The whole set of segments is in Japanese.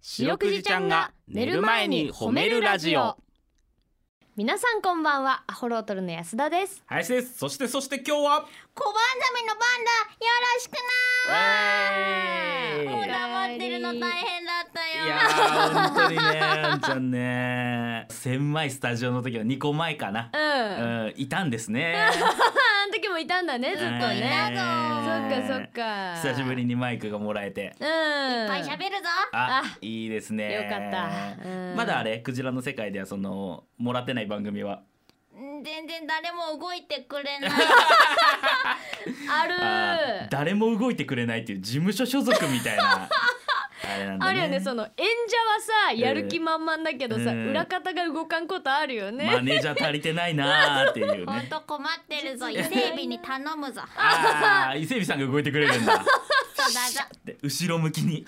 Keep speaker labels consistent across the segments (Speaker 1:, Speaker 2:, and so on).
Speaker 1: 白くじちゃんが寝る前に褒めるラジオ
Speaker 2: 皆さんこんばんはアホロートルの安田です
Speaker 1: 林ですそしてそして今日は
Speaker 3: 小判ザメのパンダよろしく
Speaker 1: えー
Speaker 3: なもう
Speaker 1: い
Speaker 3: 黙ってるの大変だった
Speaker 1: やー本
Speaker 3: よ
Speaker 1: 当にねあんちゃんね狭いスタジオの時は2個前かな
Speaker 2: うん、あ
Speaker 1: うんいたんです ね
Speaker 2: の時もいたんだねずっと
Speaker 1: ね
Speaker 2: ね、そっかそっか
Speaker 1: 久しぶりにマイクがもらえて
Speaker 2: うん
Speaker 3: いっぱい
Speaker 2: る
Speaker 3: 喋るぞ
Speaker 1: あ
Speaker 2: あ
Speaker 1: いいですね
Speaker 2: よかったうん
Speaker 1: まだあれクジラの世界ではそのもらってない番組は
Speaker 3: うん全然誰も動いてくれない
Speaker 2: あ
Speaker 1: あー
Speaker 2: る
Speaker 1: 誰も動いてくれないっていう事務所所属みたい なあれなんだね
Speaker 2: あるよねその演者はさやる気満々だけどさ、
Speaker 1: うん
Speaker 2: 裏方が動かんことあるよね、
Speaker 1: マネージャー足りてないなーって いう
Speaker 3: ほん
Speaker 1: ね
Speaker 3: と困ってるぞ伊勢海老に頼むぞ
Speaker 1: ああ伊勢海老さんが動いてくれるんだ
Speaker 3: そうだぞ
Speaker 1: で後ろ向き に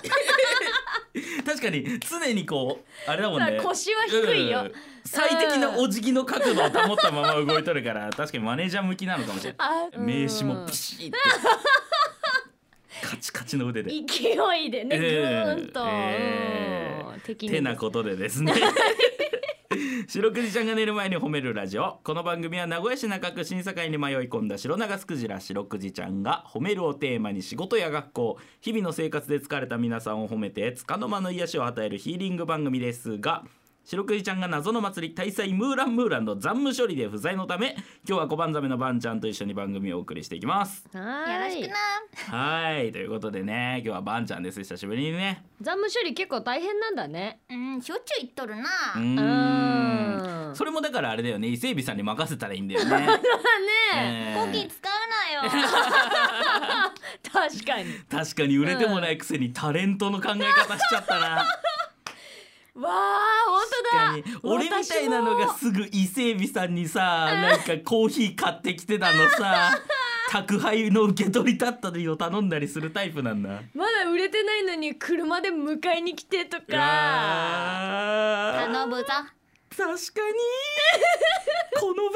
Speaker 1: 確かに常にこうあれだもんね
Speaker 2: さあ腰は低いよ
Speaker 1: うん最適なお辞儀の角度を保ったまま動いとるから確かにマネージャー向きなのかもしれない
Speaker 2: あうん
Speaker 1: 名刺もプシ ーってカチカチの腕で
Speaker 2: 勢いでね、ぐーんと、
Speaker 1: え
Speaker 2: うん
Speaker 1: ー
Speaker 2: 敵
Speaker 1: て
Speaker 2: に
Speaker 1: なことでです ね白くじちゃんが寝る前に褒めるラジオこの番組は名古屋市中区審査会に迷い込んだ白長スクジラ白くじちゃんが褒めるをテーマに仕事や学校日々の生活で疲れた皆さんを褒めて束の間の癒しを与えるヒーリング番組ですが白くじちゃんが謎の祭り大祭ムーランムーランの残務処理で不在のため今日は小判ザメのバンちゃんと一緒に番組をお送りしていきます。
Speaker 2: は
Speaker 3: よ
Speaker 2: ー
Speaker 3: ろ
Speaker 2: い
Speaker 3: しくな
Speaker 1: はいということでね今日はバンちゃんです久しぶりにね。
Speaker 2: 残務処理結構大変なんだね
Speaker 3: うんしょっちゅう言っとるな
Speaker 1: う
Speaker 2: う
Speaker 1: ーん
Speaker 2: ん
Speaker 1: それもだからあれだよね伊勢海老さんに任せたらいいんだよ ね。
Speaker 2: ね
Speaker 1: え
Speaker 3: コキ
Speaker 1: ー
Speaker 3: 使うなよ
Speaker 2: 確かに
Speaker 1: 確かに売れてもないくせにタレントの考え方しちゃったな。
Speaker 2: わあ本
Speaker 1: 確かに
Speaker 2: 当だ
Speaker 1: 俺みたいなのが
Speaker 2: 私も
Speaker 1: すぐ伊勢海老さんにさなんかコーヒー買ってきてたの さ宅配の受け取りだったりを頼んだりするタイプなんだ。
Speaker 2: まだ売れてないのに車で迎えに来てとか
Speaker 1: あー
Speaker 3: 頼むぞ
Speaker 1: 確かにこの番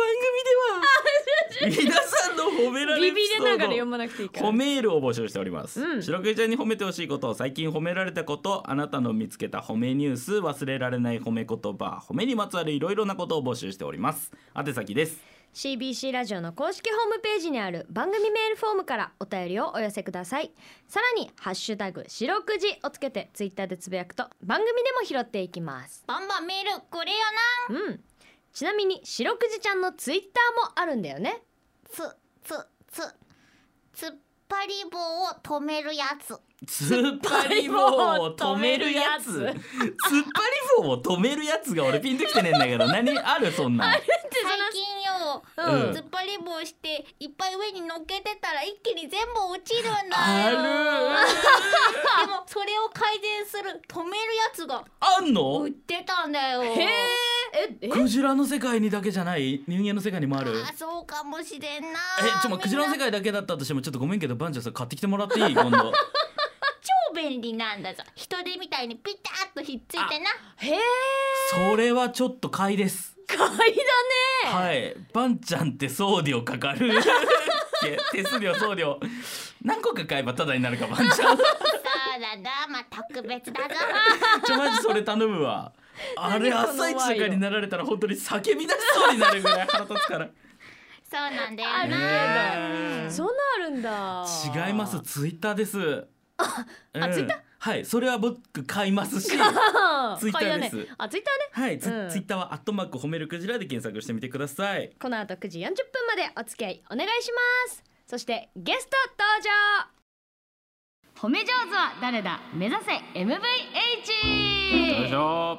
Speaker 1: 組では皆さんの褒められエ
Speaker 2: ビビ
Speaker 1: ピソー
Speaker 2: り
Speaker 1: ド
Speaker 2: ながら読まなくていいから
Speaker 1: 褒めールを募集しております、
Speaker 2: うん
Speaker 1: 白くじちゃんに褒めてほしいこと最近褒められたことあなたの見つけた褒めニュース忘れられない褒め言葉褒めにまつわるいろいろなことを募集しております宛先です
Speaker 2: CBC ラジオの公式ホームページにある番組メールフォームからお便りをお寄せくださいさらに「ハッシュタグ白くじ」をつけてツイッターでつぶやくと番組でも拾っていきます
Speaker 3: バンバンメールくれよ
Speaker 2: うんちなみに白くじちゃんのツイッターもあるんだよね
Speaker 3: なつつつつっぱり棒を止めるやつ
Speaker 1: 突っ張り棒を止めるやつ突っ張り棒を止めるやつが俺ピンときてねえんだけど何あるそんなん
Speaker 3: 最近よ、
Speaker 1: うん
Speaker 3: 突っ張り棒していっぱい上に乗っけてたら一気に全部落ちるんだよ
Speaker 1: ある
Speaker 3: でもそれを改善する止めるやつが
Speaker 1: あん
Speaker 3: 売
Speaker 1: の
Speaker 3: ってたんだよ
Speaker 2: へーええ
Speaker 1: クジラの世界にだけじゃない人間の世界にもある
Speaker 3: あそうかもしれんな
Speaker 1: えちょまクジラの世
Speaker 3: みんな
Speaker 1: 界だけだったとしてもちょっとごめんけどバンちゃんさ買ってきてもらっていい今度
Speaker 3: 超便利なんだぞ人手みたいにピタッとひっついてな
Speaker 2: へえ
Speaker 1: それはちょっと買いです
Speaker 2: 買いだね
Speaker 1: はい、バンちゃんって送料かか る。手数料送料何個か買えばタダになるかバンち ゃん
Speaker 3: そうだなまあ特 別だぞ
Speaker 1: ちょマジそれ頼むわあれ
Speaker 2: 何この
Speaker 1: 朝一とかになられたら本当に叫び出しそうになるぐらい腹立つから
Speaker 3: そうなんだよ
Speaker 2: ある
Speaker 3: な
Speaker 1: ねえ
Speaker 2: そんなあるんだ
Speaker 1: 違いますツイッターですあ、
Speaker 2: ツイッター
Speaker 1: はいそれは僕買います しツイッター
Speaker 2: 買いだね
Speaker 1: です
Speaker 2: あツイッターね
Speaker 1: はいツ,、
Speaker 2: うん
Speaker 1: ツイッターは「アットマーク褒めるクジラ」で検索してみてください
Speaker 2: この後9時40分までお付き合いお願いしますそしてゲスト登場褒め上手は誰だ目指せ MVH
Speaker 1: ょ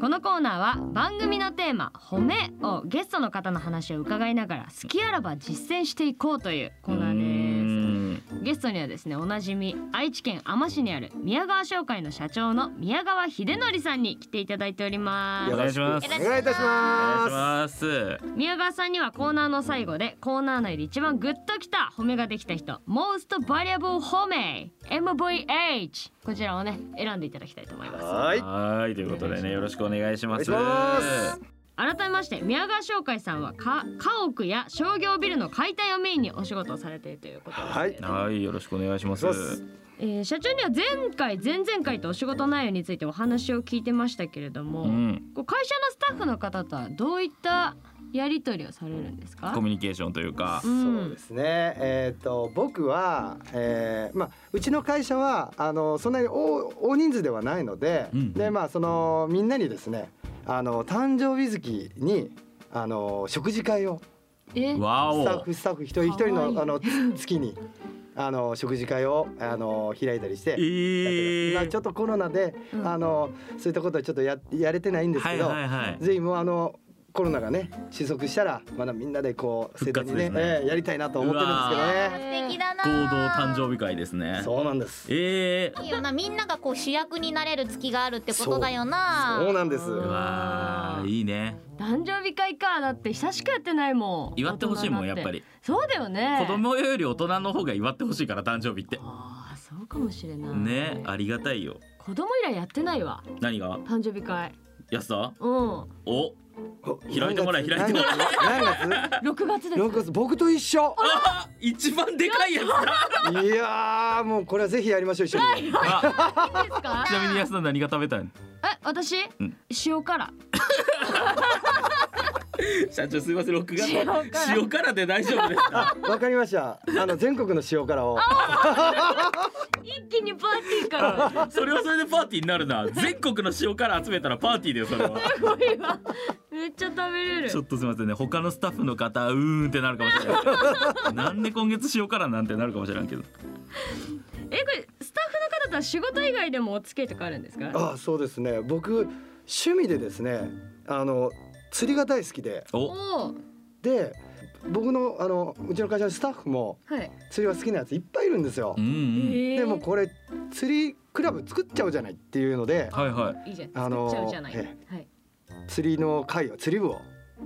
Speaker 2: このコーナーは番組のテーマ「褒め」をゲストの方の話を伺いながら好きあらば実践していこうというコーナーですゲストにはですねおなじみ愛知県海市にある宮川商会の社長の宮川秀則さんに来ていただいております
Speaker 1: お願いします
Speaker 3: よろしく
Speaker 4: お願いいたしま
Speaker 1: ます
Speaker 2: 宮川さんにはコーナーの最後でコーナー内で一番グッときた褒めができた人 Most Valuable 褒め MVH こちらをね選んでいただきたいと思い
Speaker 4: す。
Speaker 2: ます
Speaker 4: はーい。
Speaker 1: はいということでねよろしくお願いします
Speaker 4: お願いします
Speaker 2: 改めまして宮川商会さんはか家屋や商業ビルの解体をメインにお仕事をされているということですけれども、
Speaker 1: はい、よろしくお願いします。
Speaker 4: そうっす
Speaker 2: えー社長には前回前々回とお仕事内容についてお話を聞いてましたけれども、
Speaker 1: うん、
Speaker 2: こう会社のスタッフの方とはどういったやり取りをされるんですか
Speaker 1: コミュニケーションというか
Speaker 2: う。
Speaker 4: そうんで、すね、えー、と僕は、えーまあ、うちの会社はあのそんなに大大人数ではないので,、
Speaker 1: うん
Speaker 4: でまあ、そのみんなにですねあの誕生日月にあの食事会を
Speaker 2: え
Speaker 1: わ
Speaker 4: スタッ
Speaker 1: お
Speaker 4: フ。スタッフ一人一人
Speaker 2: かわいい
Speaker 4: のあのつ月にあの食事会をあの開いたりして。
Speaker 1: ええ
Speaker 4: まあちょっとコロナで、
Speaker 2: うん
Speaker 4: あのそういったことはちょっとややれてないんです
Speaker 1: は
Speaker 4: け
Speaker 1: い
Speaker 4: ど、
Speaker 1: はいはい。
Speaker 4: ぜひもうあのコロナがね収束したらまだみんなでこう
Speaker 1: 復
Speaker 4: 盛大
Speaker 1: 活
Speaker 4: にね
Speaker 1: ですね
Speaker 4: えーやりたいなと思ってるんですけど
Speaker 3: やー
Speaker 4: ね。
Speaker 3: 素敵だな
Speaker 1: 合同誕生日会ですね。
Speaker 4: そうなんです。
Speaker 1: ええ
Speaker 3: いいよなみんながこう主役になれる月があるってことだよな
Speaker 4: そうなんです。
Speaker 1: うわあ、いいね。
Speaker 2: 誕生日会かだって久しくやってないもん
Speaker 1: 祝ってほしいもん
Speaker 2: 大人にな
Speaker 1: やっぱり
Speaker 2: そうだよね
Speaker 1: 子供より大人の方が祝ってほしいから誕生日って。
Speaker 2: ああそうかもしれない
Speaker 1: ね、ありがたいよ。
Speaker 2: 子供以来やってないわ
Speaker 1: 何が？
Speaker 2: 誕生日会
Speaker 1: やすさ？
Speaker 2: うん6
Speaker 1: お、
Speaker 4: お
Speaker 1: 開いてもらえ開いてもらえ
Speaker 4: 何月？何月
Speaker 2: 月です
Speaker 4: 六月僕と一緒。
Speaker 1: あ、一番でかいやつ だ。
Speaker 4: いやーもうこれはぜひやりましょう一緒に。
Speaker 1: あ
Speaker 2: いいですか
Speaker 1: ちなみにやすさん何が食べたいの？
Speaker 2: え私、
Speaker 1: ん
Speaker 2: 塩辛
Speaker 1: 社長すいません録画
Speaker 2: 塩辛
Speaker 1: 塩辛で大丈夫ですか
Speaker 4: あわかりました。あの全国の塩辛を。
Speaker 2: 一気にパーティーか ら
Speaker 1: それはそれでパーティーになるな全国の塩辛集めたらパーティーだよそれは
Speaker 2: すごいわめっちゃ食べれ る
Speaker 1: ちょっとすいませんね他のスタッフの方うーんってなるかもしれ ないなんで今月塩辛なんてなるかもしれんけど
Speaker 2: えこれスタッフの方とは仕事以外でもお付き合いとかあるんですか
Speaker 4: あそうですね。僕趣味でですねあの釣りが大好きで
Speaker 1: お
Speaker 2: おお
Speaker 4: で僕のあのうちの会社のスタッフも
Speaker 2: はい
Speaker 4: 釣りは好きなやついっぱいいるんですよ
Speaker 1: うんう。ん
Speaker 2: えー
Speaker 4: でもこれ釣りクラブ作っちゃうじゃないっていうので
Speaker 1: はいはい
Speaker 2: いいじゃん
Speaker 4: あ
Speaker 2: 作
Speaker 4: の
Speaker 2: っちゃうじゃない、
Speaker 4: え
Speaker 2: はい
Speaker 4: 釣りの会を釣り部を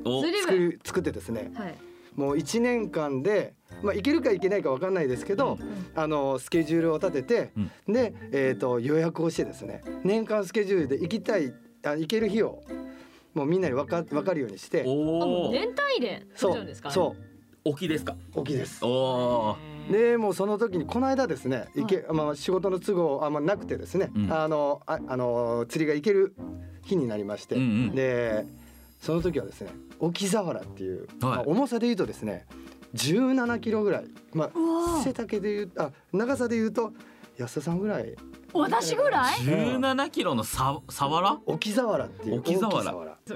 Speaker 1: お
Speaker 2: 釣り
Speaker 4: 作る作ってですね
Speaker 2: はい
Speaker 4: もう1年間で、まあ、行けるか行けないか分かんないですけど、あのスケジュールを立てて、で、えー、と予約をしてですね年間スケジュールで行きたいあ行ける日をもうみんなに分か分かるようにして
Speaker 2: あも
Speaker 1: お
Speaker 2: う
Speaker 1: ー
Speaker 2: 年単位で撮っ
Speaker 4: そ
Speaker 2: ちゃうんですか
Speaker 4: うそ
Speaker 1: 沖ですか
Speaker 4: う大きいです
Speaker 1: お。お
Speaker 4: でもうその時にこの間ですね行け、まあ、仕事の都合あんまなくてですね、
Speaker 1: うん
Speaker 4: あのああの釣りが行ける日になりまして、
Speaker 1: ーうん
Speaker 4: でその時はですね沖俵っていう、まあ
Speaker 1: はい
Speaker 4: 重さで言うとですね17キロぐらい、ま
Speaker 2: わ
Speaker 4: あ、背丈で言うあ長さで言うと安田さんぐらい
Speaker 2: 私ぐらい
Speaker 1: うん17キロのさサワラ
Speaker 4: 沖俵っていう
Speaker 1: 沖俵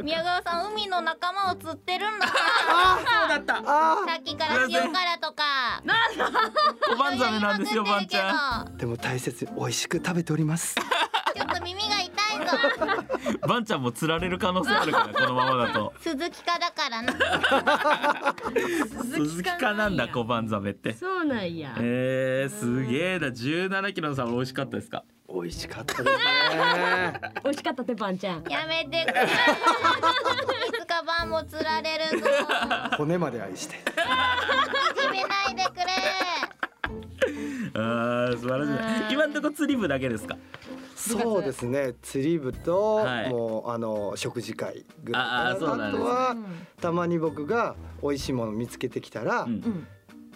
Speaker 3: 宮川さん海の仲間を釣ってるんだ
Speaker 4: あ
Speaker 1: そうだった
Speaker 4: あ
Speaker 3: さっきから塩辛とか
Speaker 1: 小判ザメなんですよ
Speaker 3: いろいろ
Speaker 1: バンちゃん
Speaker 4: ーでも大切に美味しく食べており ます
Speaker 3: 今食ってるけどちょっと耳が痛い ぞ
Speaker 1: バンちゃんも釣られる可能性あるからこのままだと
Speaker 3: 鈴木科だからな
Speaker 1: 鈴木かなんだ小判ザメって
Speaker 2: そうなんや、
Speaker 1: えー、すげえな17キロのサワラ美味しかったですか
Speaker 4: 美味しかったですね
Speaker 2: 美味しかったってばんちゃん
Speaker 3: やめてくれいつかバンも釣られるぞ
Speaker 4: 骨まで愛して
Speaker 3: いじめないでくれ
Speaker 1: あー素晴らしい今んとこ釣り部だけですか
Speaker 4: そうですね釣り部と、
Speaker 1: はい
Speaker 4: もうあの食事会ぐらい
Speaker 1: あーそうなん
Speaker 4: あ
Speaker 1: です
Speaker 4: と
Speaker 1: ね
Speaker 4: は、たまに僕が美味しいもの見つけてきたら、
Speaker 1: うん
Speaker 2: うん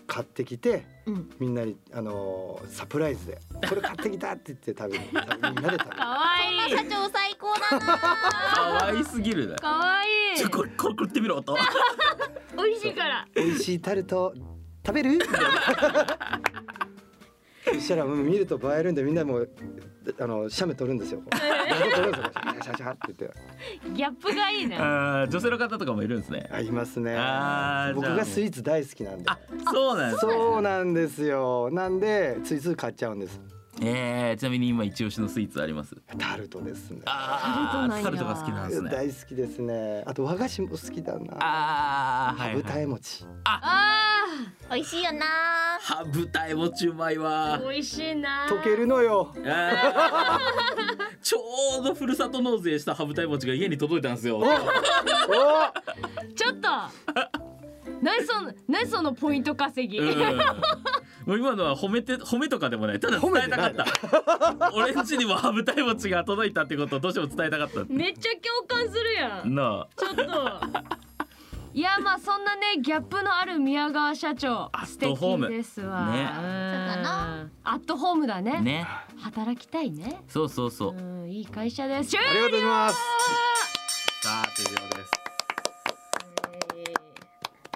Speaker 4: 買ってきて
Speaker 2: うん
Speaker 4: みんなにあのーサプライズでこれ買ってきたって言って食べる食べみんなで食べる
Speaker 2: かわいい
Speaker 3: 社長最高だな
Speaker 1: 可愛すぎるね
Speaker 2: かわい
Speaker 1: ちょこ
Speaker 2: い
Speaker 1: れこれ食ってみろと
Speaker 2: 美味しいから
Speaker 4: 美味しいタルト 食べるみたいなそしたらもう見ると映えるんでみんなもうあの写メ撮るんですよ。こう撮るんですよこうシャシャシャって言って
Speaker 2: ギャップがいいね
Speaker 1: あー女性の方とかもいるんですね
Speaker 4: あいますね
Speaker 1: あー。
Speaker 4: 僕
Speaker 1: じゃあ
Speaker 4: がスイーツ大好きなんで。
Speaker 1: あそうなんですね
Speaker 4: そうなんですよ。なんでついつい買っちゃうんです。
Speaker 1: えー、ちなみに今一押しのスイーツあります
Speaker 4: タルトですね。
Speaker 1: あー
Speaker 2: タ
Speaker 1: タ
Speaker 2: ル
Speaker 1: ル
Speaker 2: ト
Speaker 1: ト
Speaker 2: な
Speaker 1: が
Speaker 2: ん
Speaker 1: 好
Speaker 2: や
Speaker 1: きなんですね
Speaker 4: 大好きですね。あと和菓子も好きだな。
Speaker 1: あーは
Speaker 4: 羽
Speaker 1: い、
Speaker 4: 二
Speaker 1: はい、
Speaker 4: 重餅。
Speaker 2: あ
Speaker 3: 美味しいよな
Speaker 1: はぶたえもちうまい
Speaker 2: あ
Speaker 1: わ
Speaker 2: 美味しいな
Speaker 4: 溶けるのよ。
Speaker 1: あー ちょうどふるさと納税したはぶたい餅が家に届いたんですよ
Speaker 4: お
Speaker 2: ちょっと何その何そのポイント稼ぎ
Speaker 1: うんもう今のは褒めて褒めとかでもないただ伝えたかった俺んちにも羽二重餅が届いたってことをどうしても伝えたかった
Speaker 2: めっちゃ共感するやん
Speaker 1: なあ
Speaker 2: ちょっといやまあそんなねギャップのある宮川社長
Speaker 1: ア
Speaker 2: 素
Speaker 1: ットホーム
Speaker 2: 敵ですわ、
Speaker 1: ね
Speaker 3: そうだ
Speaker 2: ア
Speaker 3: な
Speaker 2: ットホームだね
Speaker 1: ね
Speaker 2: 働きたいね
Speaker 1: そうそうそうう、
Speaker 2: んいい会社です終
Speaker 4: ありがとうございます
Speaker 1: さあ終了です
Speaker 2: 了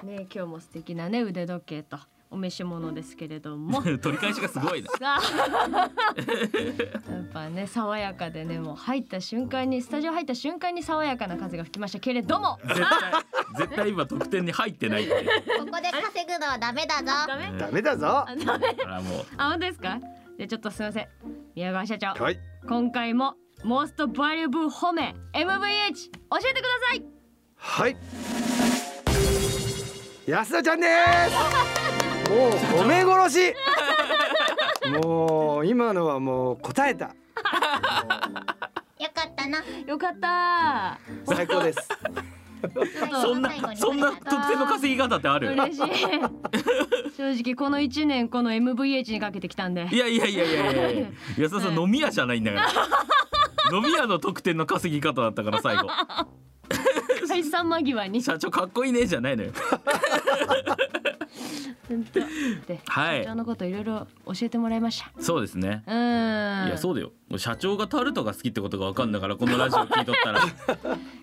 Speaker 2: ね今日も素敵なね腕時計とお召し物ですけれども
Speaker 1: 取り返しがすごいな
Speaker 2: さあやっぱね爽やかでねもう入った瞬間にスタジオ入った瞬間に爽やかな風が吹きましたけれども
Speaker 1: 絶対絶対今得点に入ってないって
Speaker 3: ここで稼ぐのはダメだぞ。
Speaker 2: ダメ
Speaker 4: ダメだぞ
Speaker 2: あダメ
Speaker 1: ほらもう
Speaker 2: あ本当ですかじゃあちょっとすいません宮川社長
Speaker 4: はい
Speaker 2: 今回もモーストバリュブ褒め MVH 教えてください
Speaker 4: はい安田ちゃんですもう褒め殺しもう今のはもう答えた
Speaker 3: よかったな。
Speaker 2: よかった
Speaker 4: 最高です
Speaker 1: そんな
Speaker 3: 最後に
Speaker 1: そんな
Speaker 3: 最後に
Speaker 1: 得点の稼ぎ方ってある
Speaker 2: 嬉しい正直この1年この MVH にかけてきたんで
Speaker 1: いやいやいやいやいやいや安田さん飲み屋じゃないんだから飲み屋の得点の稼ぎ方だったから最後
Speaker 2: 解散間際に
Speaker 1: 社長かっこいいねじゃないのよ
Speaker 2: 本当で
Speaker 1: はい
Speaker 2: 社長のこといろいろ教えてもらいました
Speaker 1: そうですね
Speaker 2: うーん
Speaker 1: いやそうだよもう社長がタルトが好きってことが分かんだからこのラジオ聞いと ったらね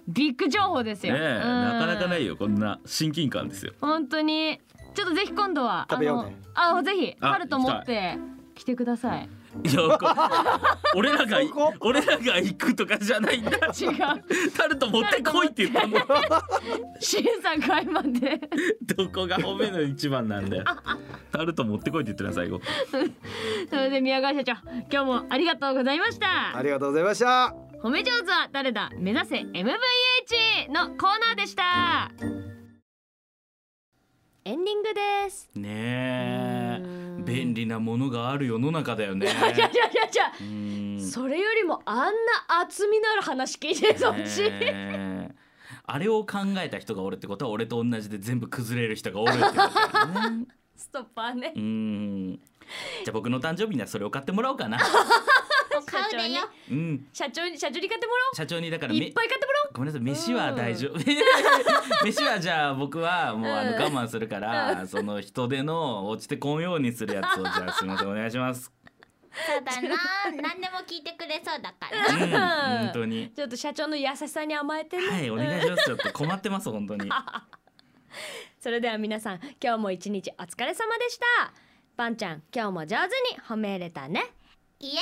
Speaker 2: ビッグ情報です
Speaker 1: え
Speaker 2: よ、
Speaker 1: なかなかない
Speaker 2: よ
Speaker 1: よこんな親近感ですよ
Speaker 2: 本当にちょっとぜひ今度は
Speaker 4: 食べようね
Speaker 2: あのあぜひ
Speaker 1: あ
Speaker 2: タルト持って来てください
Speaker 1: いやこ 俺らが
Speaker 4: そこ
Speaker 1: 俺らが行くとかじゃないんだよ
Speaker 2: 違 う
Speaker 1: タルト持ってこいって言ったの
Speaker 2: 審査会まで
Speaker 1: どこが褒めの一番なん だよタルト持ってこいって言ってるな最後
Speaker 2: それで宮川社長今日もありがとうございました
Speaker 4: ありがとうございました
Speaker 2: 褒め上手は誰だ目指せ MVH のコーナーでしたエンディングです
Speaker 1: ねえ便利なものがある世の中だよね
Speaker 2: いやいやいやいや
Speaker 1: うん
Speaker 2: それよりもあんな厚みのある話聞いてほしい、
Speaker 1: ねえあれを考えた人がおるってことは俺と同じで全部崩れる人がおるってことだよね
Speaker 2: ストッパーね
Speaker 1: うんじゃあ僕の誕生日にはそれを買ってもらおうか な
Speaker 3: 買うでよ。
Speaker 1: うん
Speaker 2: 社長に社長に買ってもら
Speaker 1: 社長にだから
Speaker 2: おうい
Speaker 1: め
Speaker 2: っぱい買ってもらおう
Speaker 1: ごめんなさい飯は大丈夫飯はじゃあ僕はもうあの
Speaker 2: うん
Speaker 1: 我慢するからその人手の落ちてこんようにするやつをじゃあすみませんお願いします
Speaker 3: そうだな。何でも聞いてくれそうだか
Speaker 1: う
Speaker 3: ら。
Speaker 1: ん本当に
Speaker 2: ちょっと社長の優しさに甘えてね、
Speaker 1: はいお願いしますちょっと困ってます本当に
Speaker 2: それでは皆さん今日も一日お疲れ様でしたパンちゃん今日も上手に褒めれたね
Speaker 3: イエイ。